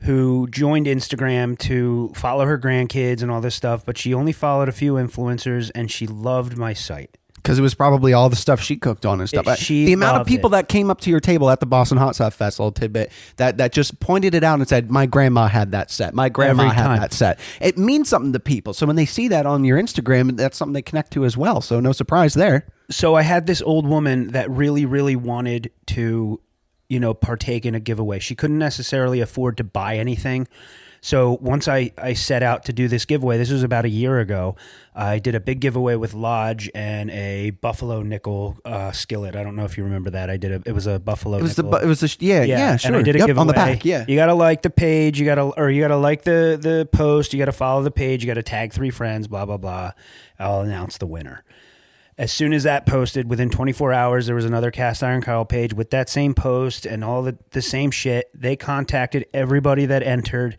A: who joined Instagram to follow her grandkids and all this stuff, but she only followed a few influencers and she loved my site.
B: because it was probably all the stuff she cooked on and stuff. Uh,
A: It- she
B: the amount of
A: loved
B: people
A: it.
B: that came up to your table at the Boston Hot Sauce Fest, little tidbit that that just pointed it out and said, "My grandma had that set. My grandma
A: Every
B: had
A: time.
B: that set." It means something to people. So when they see that on your Instagram, that's something they connect to as well. So no surprise there.
A: So I had this old woman that really, really wanted to, you know, partake in a giveaway. She couldn't necessarily afford to buy anything. So once I, I set out to do this giveaway, this was about a year ago. I did a big giveaway with Lodge and a buffalo nickel uh, skillet. I don't know if you remember that. I did a, it was a buffalo.
B: It was the
A: nickel.
B: bu- it was the sh- yeah yeah, sure
A: And I did a
B: Yep,
A: giveaway
B: on the back yeah.
A: you gotta like the page. You gotta or you gotta like the the post. You gotta follow the page. You gotta tag three friends. Blah blah blah. I'll announce the winner. As soon as that posted, within 24 hours, there was another cast iron cowl page with that same post and all the, the same shit. They contacted everybody that entered,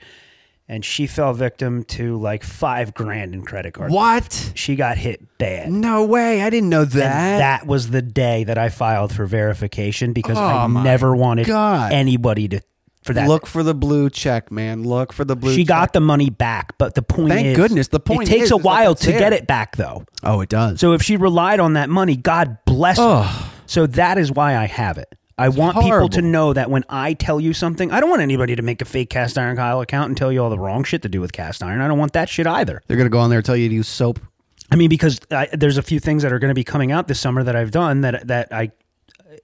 A: and she fell victim to like five grand in credit card.
B: What?
A: She got hit bad.
B: No way! I didn't know
A: And
B: that.
A: that was the day that I filed for verification because I
B: Oh, my
A: never wanted
B: God.
A: anybody to for that.
B: Look for the blue check, man. Look for the blue.
A: she
B: check.
A: got the money back, but the point
B: Thank
A: is,
B: goodness. The point
A: it takes
B: is-
A: a
B: is that
A: while
B: it's
A: to get
B: there.
A: it back, though.
B: Oh, it does.
A: So if she relied on that money, God bless her. So that is why I have it. I want
B: horrible.
A: people to know that when I tell you something, I don't want anybody to make a fake cast iron Kyle account and tell you all the wrong shit to do with cast iron. I don't want that shit either.
B: They're gonna go on there and tell you to use soap.
A: I mean, because I, there's a few things that are going to be coming out this summer that I've done that that I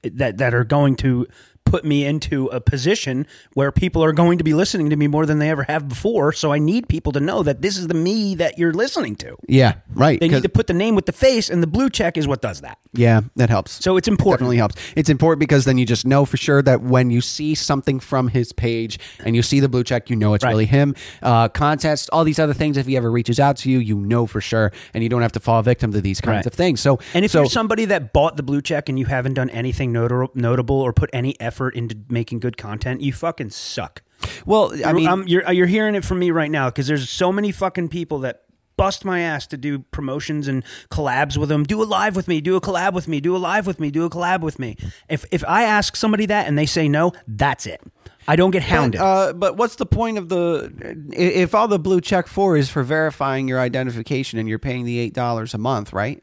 A: that that are going to put me into a position where people are going to be listening to me more than they ever have before. So I need people to know that this is the me that you're listening to.
B: Yeah, right.
A: They
B: 'cause-
A: need to put the name with the face, and the blue check is what does that.
B: yeah, that helps.
A: So it's important.
B: Definitely helps. It's important because then you just know for sure that when you see something from his page and you see the blue check, you know it's really him. Uh, contests, all these other things. If he ever reaches out to you, you know for sure, and you don't have to fall victim to these
A: Right.
B: kinds of things. So
A: And if
B: so,
A: you're somebody that bought the blue check and you haven't done anything notar- notable or put any effort into making good content, you fucking suck.
B: well, I mean,
A: I'm, you're, you're hearing it from me right now because there's so many fucking people that bust my ass to do promotions and collabs with them. Do a live with me. Do a collab with me. Do a live with me. Do a collab with me. If if I ask somebody that and they say no, that's it. I don't get hounded.
B: Uh, but what's the point of the i- if all the blue check for is for verifying your identification and you're paying the eight dollars a month, right?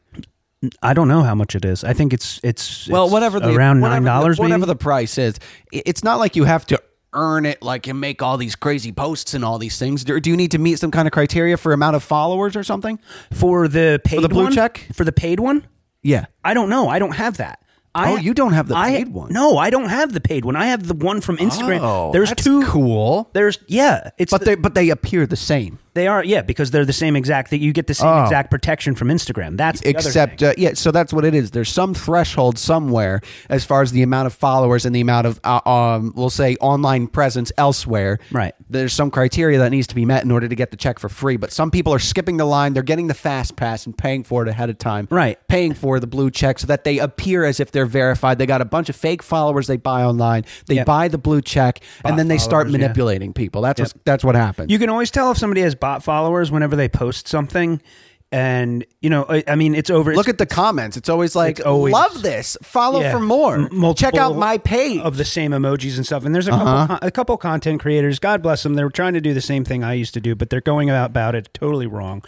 A: I don't know how much it is. I think it's it's
B: well,
A: it's
B: whatever the
A: around
B: whatever
A: nine
B: the-
A: dollars.
B: whatever the price is, i- it's not like you have to earn it like and make all these crazy posts and all these things. Do do you need to meet some kind of criteria for amount of followers or something?
A: for the paid
B: the blue
A: one?
B: check?
A: for the paid one.
B: Yeah.
A: I don't know. I don't have that. I,
B: Oh, you don't have the
A: I-
B: paid one.
A: No, I don't have the paid one. I have the one from Instagram.
B: Oh,
A: There's
B: that's
A: two.
B: cool.
A: There's yeah. It's
B: But
A: the-
B: they but they appear the same.
A: They are, yeah, because they're the same exact. That you get the same exact protection from Instagram. That's the other
B: Oh. Except
A: thing.
B: uh, yeah, so that's what it is. There's some threshold somewhere as far as the amount of followers and the amount of uh, um we'll say online presence elsewhere.
A: Right.
B: There's some criteria that needs to be met in order to get the check for free, but some people are skipping the line, they're getting the fast pass and paying for it ahead of time.
A: Right.
B: Paying for the blue check so that they appear as if they're verified. They got a bunch of fake followers they buy online. They
A: Yep.
B: buy the blue check and then they start
A: followers, yeah.
B: manipulating people. That's what's that's what happens.
A: you can always tell if somebody has bot followers whenever they post something, and you know, I, I mean, it's over.
B: Look at the comments. It's always like,
A: It's always-
B: love this. Follow
A: Yeah.
B: for more.
A: M- multiple
B: Check out my page. Uh-huh.
A: of the same emojis and stuff. And there's a couple, a couple content creators. God bless them. They're trying to do the same thing I used to do, but they're going about, about it totally wrong.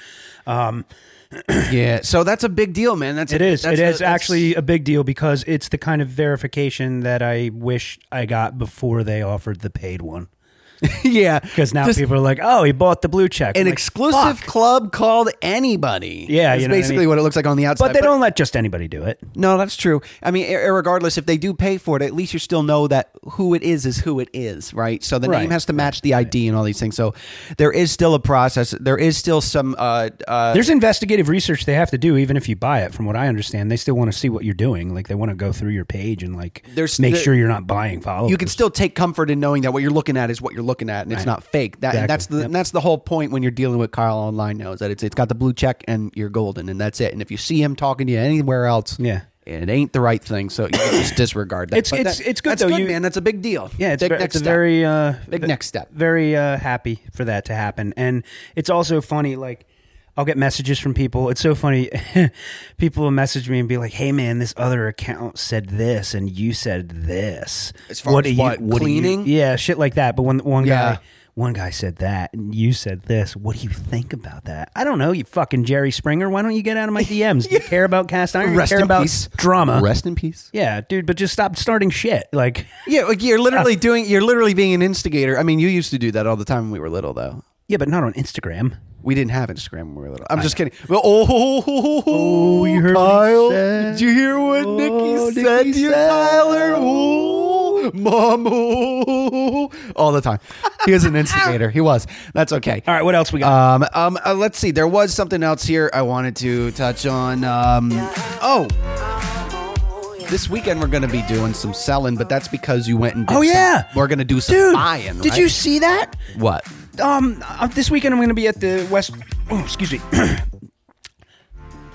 B: yeah. So that's a big deal, man. That's
A: It
B: a-
A: is.
B: That's
A: It
B: a-
A: is
B: that's-
A: actually a big deal because it's the kind of verification that I wish I got before they offered the paid one.
B: *laughs*
A: *laughs*
B: yeah.
A: Because now
B: Just
A: people are like, "Oh, he bought the blue check."
B: an
A: I'm like,
B: exclusive
A: "Fuck."
B: club called anybody.
A: Yeah,
B: That's
A: you know what I
B: basically
A: mean?
B: what it looks like on the outside.
A: But they don't let just anybody do it.
B: No, that's true. I mean, ir- regardless, if they do pay for it, at least you still know that who it is is who it is, right? So the name
A: Right.
B: has to match the ID and all these things. So there is still a process. There is still some. Uh, uh,
A: There's investigative research they have to do, even if you buy it. From what I understand, they still want to see what you're doing. Like they want to go through your page and like
B: There's-
A: make
B: there-
A: sure you're not buying followers.
B: you can still take comfort in knowing that what you're looking at is what you're looking at, and it's not fake. That
A: Exactly.
B: and that's the and that's the whole point when you're dealing with Kyle online now is that it's it's got the blue check and you're golden, and that's it. And if you see him talking to you anywhere else,
A: Yeah.
B: it ain't the right thing. So you *coughs* just disregard that.
A: It's-
B: But
A: it's-
B: that-
A: it's good,
B: that's
A: though.
B: good,
A: You-
B: man. That's a big deal.
A: yeah, it's,
B: big
A: ve-
B: next
A: it's a
B: step.
A: very uh,
B: Big
A: ve-
B: next step.
A: Very uh, happy for that to happen, and it's also funny. Like I'll get messages from people. It's so funny. *laughs* people will message me and be like, "Hey, man, this other account said this, and you said this.
B: As far as
A: do
B: what,
A: do
B: cleaning?
A: yeah, shit like that." But when one
B: Yeah.
A: guy. one guy said that and you said this. What do you think about that? I don't know. You fucking Jerry Springer. Why don't you get out of
B: *laughs*
A: my DMs? Do you care about cast iron? Do you
B: Rest
A: care
B: in
A: about
B: peace.
A: drama?
B: Rest in peace.
A: Yeah, dude. But just stop starting shit. Like,
B: Yeah, like you're *laughs* literally doing. You're literally being an instigator. I mean, you used to do that all the time when we were little, though.
A: yeah, but not on Instagram.
B: We didn't have Instagram when we were little. I'm just kidding. Well, oh,
A: Oh, you heard what he
B: Kyle?
A: said.
B: Did you hear what
A: Oh,
B: Nikki
A: Nikki
B: said to you,
A: said. Oh.
B: Tyler? Ooh, mom, oh, ooh. all the time. He
A: *laughs*
B: was an instigator. He was. That's okay.
A: All right, what else we got?
B: Um, um, uh, let's see. There was something else here I wanted to touch on. Um, oh, this weekend we're going to be doing some selling, but that's because you went and did
A: Oh, yeah.
B: some- we're going to do some
A: dude,
B: buying.
A: did
B: right?
A: you see that?
B: what?
A: um uh, this weekend I'm going to be at the West oh, excuse me.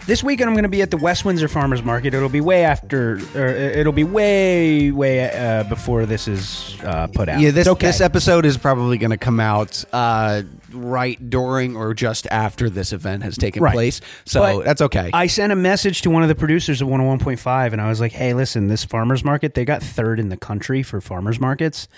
A: this weekend I'm going to be at the West Windsor Farmers Market. It'll be way after or uh, it'll be way way uh, before this is uh, put out.
B: Yeah, this
A: It's okay.
B: this episode is probably going to come out uh, right during or just after this event has taken
A: Right.
B: place, so
A: But
B: that's okay.
A: I sent a message to one of the producers of 101.5 and I was like, "Hey, listen, this farmers market, they got third in the country for farmers markets."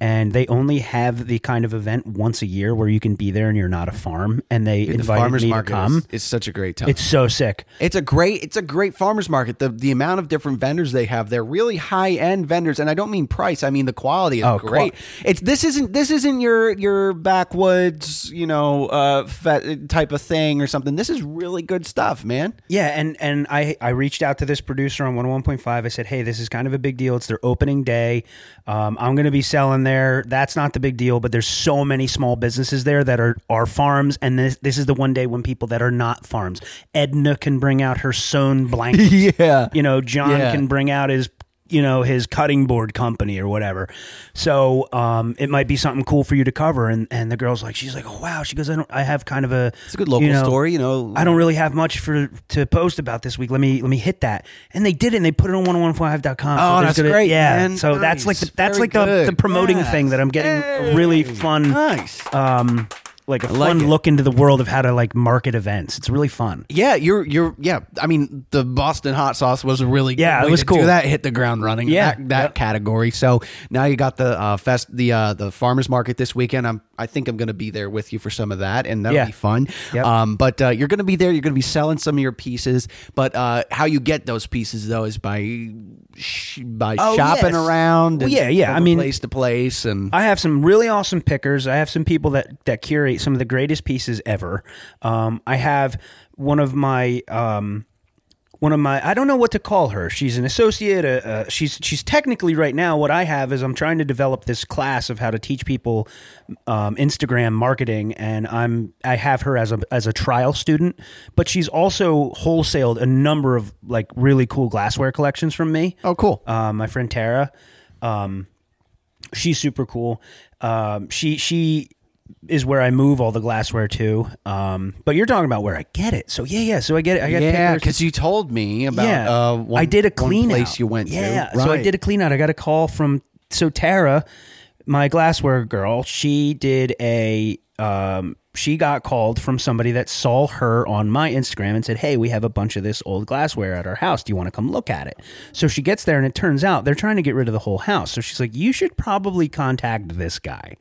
A: And they only have the kind of event once a year where you can be there and you're not a farm. And they
B: the
A: invited
B: farmers
A: me
B: market
A: to come.
B: Is, is such a great time.
A: It's so sick.
B: It's a great it's a great farmers market. The the amount of different vendors they have, they're really high end vendors, and I don't mean price. I mean the quality is
A: Oh, qua-
B: great. it's this isn't this isn't your your backwoods you know uh, fe- type of thing or something. This is really good stuff, man.
A: Yeah, and and I I reached out to this producer on 101.5. I said, "Hey, this is kind of a big deal. It's their opening day. Um, I'm going to be selling there. That's not the big deal, but there's so many small businesses there that are are farms, and this this is the one day when people that are not farms. Edna can bring out her sewn blankets.
B: *laughs* Yeah.
A: You know, John
B: Yeah.
A: can bring out his you know his cutting board company or whatever so um it might be something cool for you to cover and and the girl's like she's like oh wow she goes i don't i have kind of a
B: It's a good local
A: you know,
B: story, you know.
A: I don't really have much for to post about this week. Let me let me hit that. And they did it and they put it on 1015.com.
B: Oh,
A: there's
B: that's
A: gonna-
B: great,
A: Yeah.
B: man.
A: So that's like
B: Nice.
A: the, that's
B: Very
A: like the,
B: good.
A: the promoting
B: Yeah.
A: thing that I'm getting a really fun
B: Nice.
A: um like a
B: like
A: fun
B: it.
A: look into the world of how to like market events. It's really fun.
B: Yeah, you're you're yeah. I mean, the Boston hot sauce was a really good
A: Yeah, it
B: way
A: was
B: to
A: cool.
B: Do that hit the ground running.
A: Yeah.
B: that, that category. So now you got the uh, fest, the uh, the farmers market this weekend. I'm I think I'm going to be there with you for some of that, and that'll
A: Yeah.
B: be fun.
A: Yep.
B: Um, but uh, you're going to be there. You're going to be selling some of your pieces. But uh, how you get those pieces though is by sh- by
A: Oh,
B: shopping
A: yes.
B: around. and
A: Well, yeah, yeah. I
B: over
A: mean-
B: place to place, and
A: I have some really awesome pickers. I have some people that that curate some of the greatest pieces ever. Um, I have one of my um, one of my I don't know what to call her. She's an associate. Uh, uh, she's she's technically right now what I have is I'm trying to develop this class of how to teach people um, Instagram marketing, and I'm I have her as a as a trial student, but she's also wholesaled a number of like really cool glassware collections from me
B: oh, cool.
A: uh, my friend Tara. Um, she's super cool. Um, she she is where I move all the glassware to. Um, but you're talking about where I get it. So yeah, yeah. So I get it. I got
B: yeah,
A: pictures.
B: because you told me about
A: yeah.
B: uh, one,
A: I did a
B: one
A: clean
B: place
A: out.
B: you went to.
A: Yeah, so I
B: Right.
A: did a clean out. I got a call from so Tara, my glassware girl. She did a. Um, she got called from somebody that saw her on my Instagram and said, "Hey, we have a bunch of this old glassware at our house. Do you want to come look at it?" So she gets there, and it turns out they're trying to get rid of the whole house. So she's like, "You should probably contact this guy."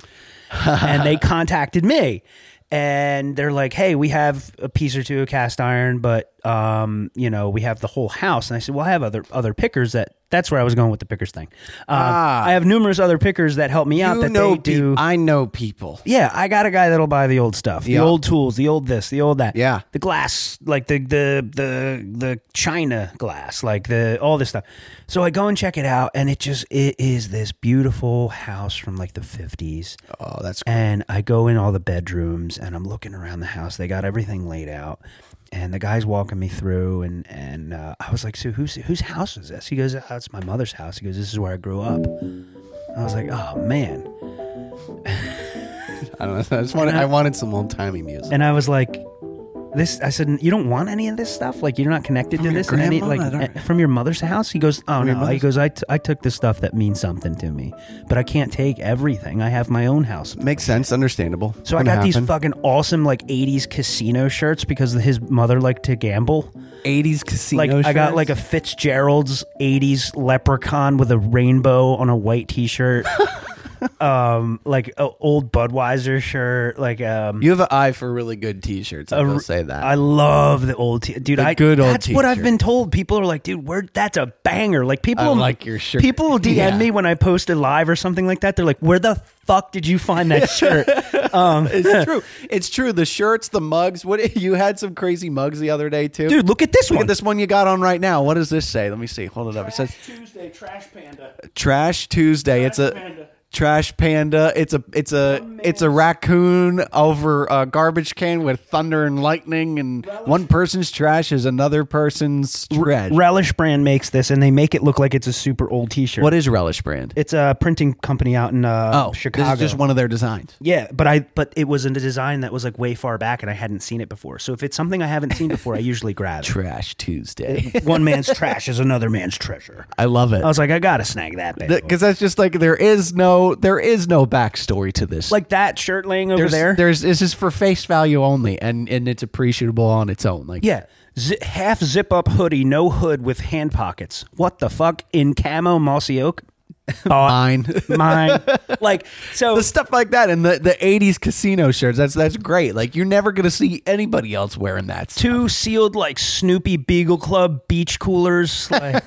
A: and they contacted me and they're like hey we have a piece or two of cast iron but um you know we have the whole house and i said well i have other other pickers that that's where i was going with the pickers thing um, i have numerous other pickers that help me out
B: Ah. You
A: that
B: know
A: they do
B: peop- I know people.
A: yeah, I got a guy that'll buy the old stuff, the
B: Yeah.
A: old tools, the old this, the old that.
B: Yeah.
A: the glass, like the the the the China glass, like the all this stuff. So I go and check it out, and it just it is this beautiful house from like the fifties.
B: Oh, that's
A: And I go in all the bedrooms and I'm looking around the house. They got everything laid out. And the guy's walking me through, and and uh, I was like, "So whose whose house is this?" He goes, oh, "It's my mother's house." He goes, "This is where I grew up." I was like, "Oh man!"
B: I don't know. I just wanted, I wanted some old timey music.
A: And I was like, "This," I said, "You don't want any of this stuff. Like you're not connected to
B: your
A: this. in any,
B: grandma?
A: like
B: I don't-
A: eh, from your mother's house." He goes, "Oh
B: your
A: no!" He
B: mother's-
A: goes, "I, t- I took the stuff that means something to me, but I can't take everything. I have my own house."
B: Makes sense, understandable.
A: So I got these fucking awesome like '80s casino shirts because his mother liked to gamble.
B: eighties casino.
A: Like I got like a
B: *laughs*
A: Fitzgerald's '80s leprechaun with a rainbow on a white T-shirt. um, like a old Budweiser shirt, like um,
B: You have an eye for really good T-shirts. I will say that.
A: I love the old t- dude. I
B: good old
A: That's what I've
B: t-shirt.
A: been told. People are like, dude, where that's a banger. Like people
B: I like your shirt.
A: People will DM
B: Yeah.
A: me when I post it live or something like that. They're like, where the fuck did you find
B: *laughs*
A: that shirt? *laughs*
B: it's true. It's true. The shirts, the mugs. What *laughs* you had some crazy mugs the other day too,
A: dude, look at this
B: Look
A: one.
B: at this one you got on right now. What does this say? Let me see. Hold it up. It says
A: Tuesday Trash Panda.
B: Trash Tuesday. it's a
A: Panda.
B: Trash Panda. It's a it's a it's a raccoon over a garbage can with thunder and lightning, and one person's trash is another person's trash.
A: Relish brand makes this, and they make it look like it's a super old T-shirt.
B: what is Relish brand?
A: It's a printing company out in uh,
B: oh,
A: Chicago.
B: This is just one of their designs.
A: Yeah, but I but it was in a design that was like way far back, and I hadn't seen it before. So if it's something I haven't seen before, I usually
B: *laughs*
A: grab. it.
B: Trash Tuesday.
A: one man's trash is another man's treasure.
B: I love it.
A: I was like, I gotta snag that bad boy.
B: because that's just like there is no there is no backstory to this.
A: Like that shirt laying over
B: there's,
A: there.
B: there's this is for face value only, and and it's appreciable on its own. Like
A: yeah, Z- half zip up hoodie, no hood with hand pockets. What the fuck in camo mossy oak? Bought
B: fine. *laughs*
A: mine. Like so.
B: the stuff like that and the, the 80s casino shirts that's that's great like you're never gonna see anybody else wearing that too
A: two sealed like Snoopy Beagle Club beach coolers,
B: *laughs*
A: like,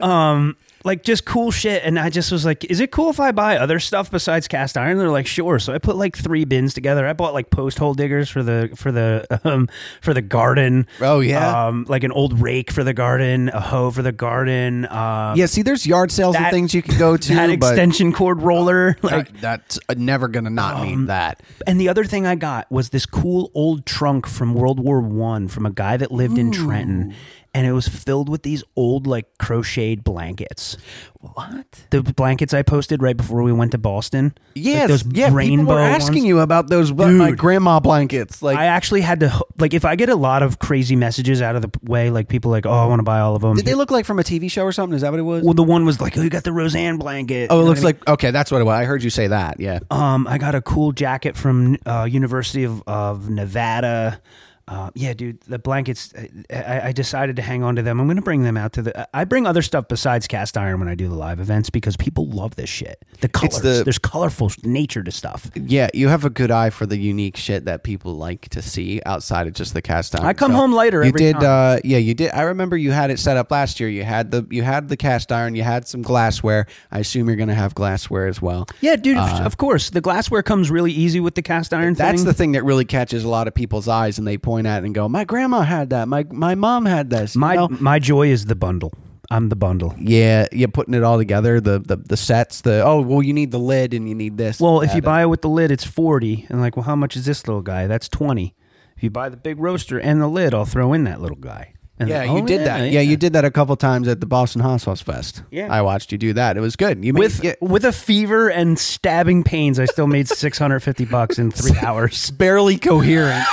A: um, like just cool shit. And I just was like, is it cool if I buy other stuff besides cast iron? They're like, sure. So I put like three bins together. I bought like post hole diggers for the for the *laughs* um for the garden.
B: Oh, yeah?
A: um, like an old rake for the garden, a hoe for the garden. Um,
B: yeah see there's yard sales
A: that-
B: and things you can *laughs* go to
A: that
B: but
A: extension cord roller, like.
B: that- that's uh, never gonna not need that
A: And the other thing I got was this cool old trunk from World War One from a guy that lived in Trenton, and it was filled with these old like crocheted blankets.
B: what
A: The blankets I posted right before we went to Boston. like
B: yes
A: those
B: yeah people
A: rainbow
B: were asking
A: ones.
B: you about those what, my
A: Dude.
B: grandma blankets like
A: I actually had to like if I get a lot of crazy messages out of the way, like people like, oh, I want to buy all of them.
B: did they look like from a tv show or something is that what it was
A: well, the one was like, oh, you got the Roseanne blanket.
B: oh
A: You
B: it
A: know
B: looks
A: what I mean?
B: like okay that's what it was i heard you say that yeah
A: Um, I got a cool jacket from uh, University of, of Nevada. Uh, yeah, dude, the blankets. I- I, I decided to hang on to them. I'm going to bring them out to the. I bring other stuff besides cast iron when I do the live events because people love this shit. The colors.
B: the-
A: There's colorful nature to stuff.
B: yeah you have a good eye for the unique shit that people like to see outside of just the cast iron
A: I come
B: So
A: home later
B: you
A: every
B: did
A: time.
B: uh yeah you did i remember you had it set up last year you had the you had the cast iron you had some glassware i assume you're gonna have glassware as well
A: Yeah, dude. of course, the glassware comes really easy with the cast iron
B: Uh, that's
A: thing.
B: the thing that really catches a lot of people's eyes and they point at it and go my grandma had that my my mom had this you
A: my
B: know?
A: my joy is the bundle. I'm the bundle.
B: yeah yeah putting it all together the, the the sets the oh well you need the lid and you need this
A: Well, if you buy it with the lid, it's forty, and like, well, how much is this little guy? That's twenty. If you buy the big roaster and the lid, I'll throw in that little guy. And
B: Yeah,
A: oh,
B: you did that. Yeah. you did that a couple times at the Boston Hot Sauce Fest.
A: Yeah.
B: I watched you do that. It was good. You made,
A: With
B: yeah,
A: with a fever and stabbing pains, I still made *laughs* six hundred fifty bucks in
B: *laughs*
A: three hours. *laughs*
B: barely coherent.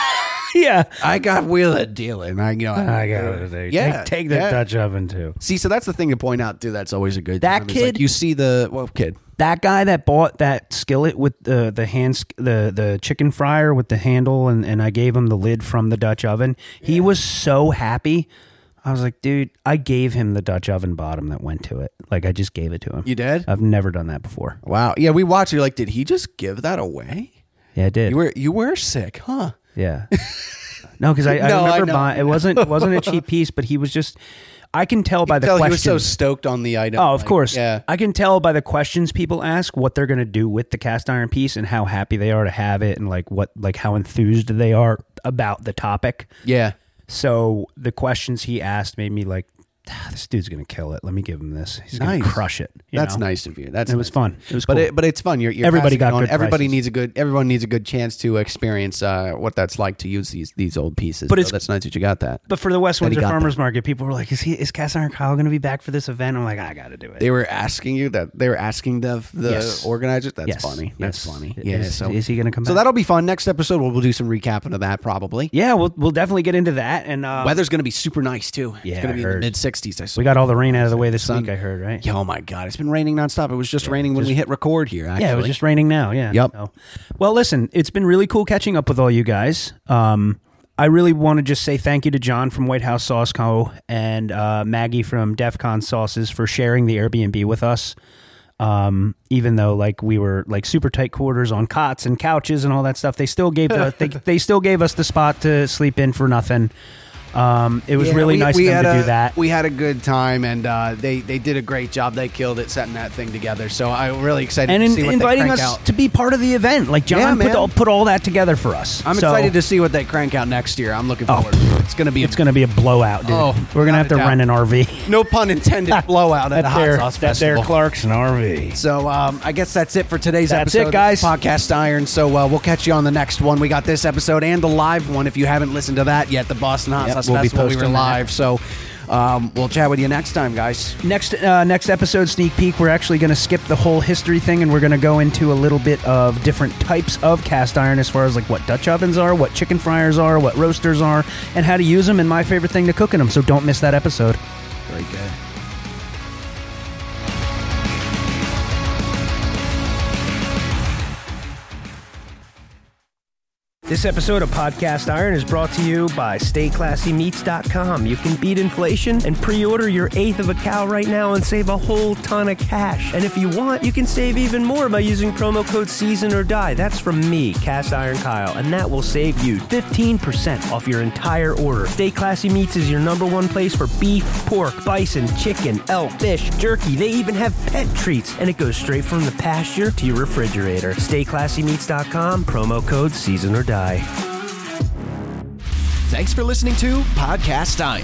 A: yeah,
B: I got wheel dealing. I you know.
A: I got it. Take-
B: Yeah,
A: take, that
B: yeah.
A: Dutch oven too.
B: *laughs* See, so that's the thing to point out too. That's always a good
A: That
B: time, is like,
A: kid-
B: you see the well, kid.
A: That guy that bought that skillet with the the hands the the chicken fryer with the handle, and and I gave him the lid from the Dutch oven. He was so happy. I was like, dude, I gave him the Dutch oven bottom that went to it. Like I just gave it to him.
B: You did?
A: I've never done that before.
B: Uh, Wow. Yeah, we watched. You're like, did he just give that away?
A: Yeah, I did.
B: You were you were sick, huh? *laughs*
A: yeah. no, because I, I
B: No, I
A: remember
B: know.
A: buying. It wasn't it wasn't a cheap piece, but he was just. I can tell by the
B: Tell he was
A: questions.
B: so stoked on the item.
A: oh, of
B: like,
A: course.
B: Yeah.
A: I can tell by the questions people ask what they're going to do with the cast iron piece and how happy they are to have it and like what like how enthused they are about the topic.
B: Yeah.
A: So the questions he asked made me like, "Ah, this dude's going to kill it. Let me give him this. He's going
B: Nice.
A: to crush it. you
B: That's
A: know?
B: nice of you. That's
A: It was
B: nice.
A: fun. It was
B: But
A: cool.
B: it, but it's fun. You're, you're
A: Everybody
B: passing
A: got
B: it on.
A: good
B: Everybody
A: prices.
B: needs a good. Everyone needs a good chance to experience uh, what that's like to use these these old pieces.
A: But
B: So
A: it's-
B: that's nice that you got that.
A: But for the West
B: he
A: Windsor
B: got
A: Farmers Market, people were like, "Is he? Is Cass Iron Kyle going to be back for this event?" I'm like, "I got to do it."
B: They were asking you that they were asking the the
A: Yes.
B: organizers. That's
A: Yes.
B: funny. That's
A: Yes.
B: funny.
A: Is-
B: Yeah.
A: is-
B: so
A: is he gonna come
B: So
A: back?
B: that'll be fun. Next episode, we'll, we'll do some recapping of that probably.
A: yeah, we'll we'll definitely get into that. And uh,
B: Weather's gonna be super nice too.
A: Yeah,
B: it's gonna
A: I
B: be in
A: heard.
B: the mid sixties. I saw.
A: we got all the rain out of the way this
B: Sun.
A: week. I heard right.
B: Yeah, oh my god, it's been raining nonstop. It was just raining when we hit record here. Actually.
A: Yeah, it was just raining now. Yeah.
B: Yep.
A: So- Well, listen, it's been really cool catching up with all you guys. Um, I really want to just say thank you to John from White House Sauce Co. and uh, Maggie from DEF CON Sauces for sharing the Airbnb with us. Um, even though like we were like super tight quarters on cots and couches and all that stuff, they still gave
B: *laughs*
A: the, they they still gave us the spot to sleep in for nothing. Um, it was
B: Yeah,
A: really
B: we-
A: nice
B: we
A: of them
B: had
A: to
B: a,
A: do that.
B: We had a good time, and uh, they they did a great job. They killed it setting that thing together. So I'm really excited
A: and
B: to
A: in,
B: see what
A: inviting
B: they
A: us
B: crank out.
A: to be part of the event, like
B: Yeah,
A: John put,
B: man.
A: all, put all that together for us.
B: I'm
A: So, Oh.
B: excited to see what they crank out next year. I'm looking forward. to it. It's gonna be
A: It's going to be a blowout, dude.
B: Oh,
A: We're going to
B: without
A: have to
B: a doubt.
A: rent an RV.
B: no pun
A: *laughs*
B: intended blowout at the hot
A: their-
B: sauce
A: at their
B: festival.
A: Clarkson RV.
B: So um, I guess that's it for today's
A: That's
B: episode.
A: it, guys.
B: Of Podcast Iron. So uh, we'll catch you on the next one. We got this episode and the live one. If you haven't listened to that yet, the Boston Hot
A: Yep,
B: Sauce
A: we'll be
B: Festival, we were
A: posting that.
B: live. So um, we'll chat with you next time, guys.
A: Next uh, next episode sneak peek, we're actually going to skip the whole history thing and we're going to go into a little bit of different types of cast iron as far as like what Dutch ovens are, what chicken fryers are, what roasters are, and how to use them and my favorite thing to cook in them. So don't miss that episode.
B: Very good.
C: This episode of Podcast Iron is brought to you by StayClassyMeats.com. You can beat inflation and pre-order your eighth of a cow right now and save a whole ton of cash. And if you want, you can save even more by using promo code Season or Die. That's from me, Cast Iron Kyle, and that will save you 15% off your entire order. Stay Classy Meats is your number one place for beef, pork, bison, chicken, elk, fish, jerky. They even have pet treats, and it goes straight from the pasture to your refrigerator. StayClassyMeats.com. Promo code Season or Die.
E: Thanks for listening to Podcast Iron.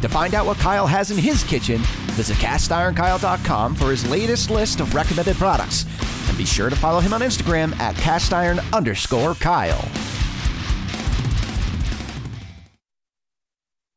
E: To find out what Kyle has in his kitchen, visit castironkyle.com for his latest list of recommended products. And be sure to follow him on Instagram at castiron underscore Kyle.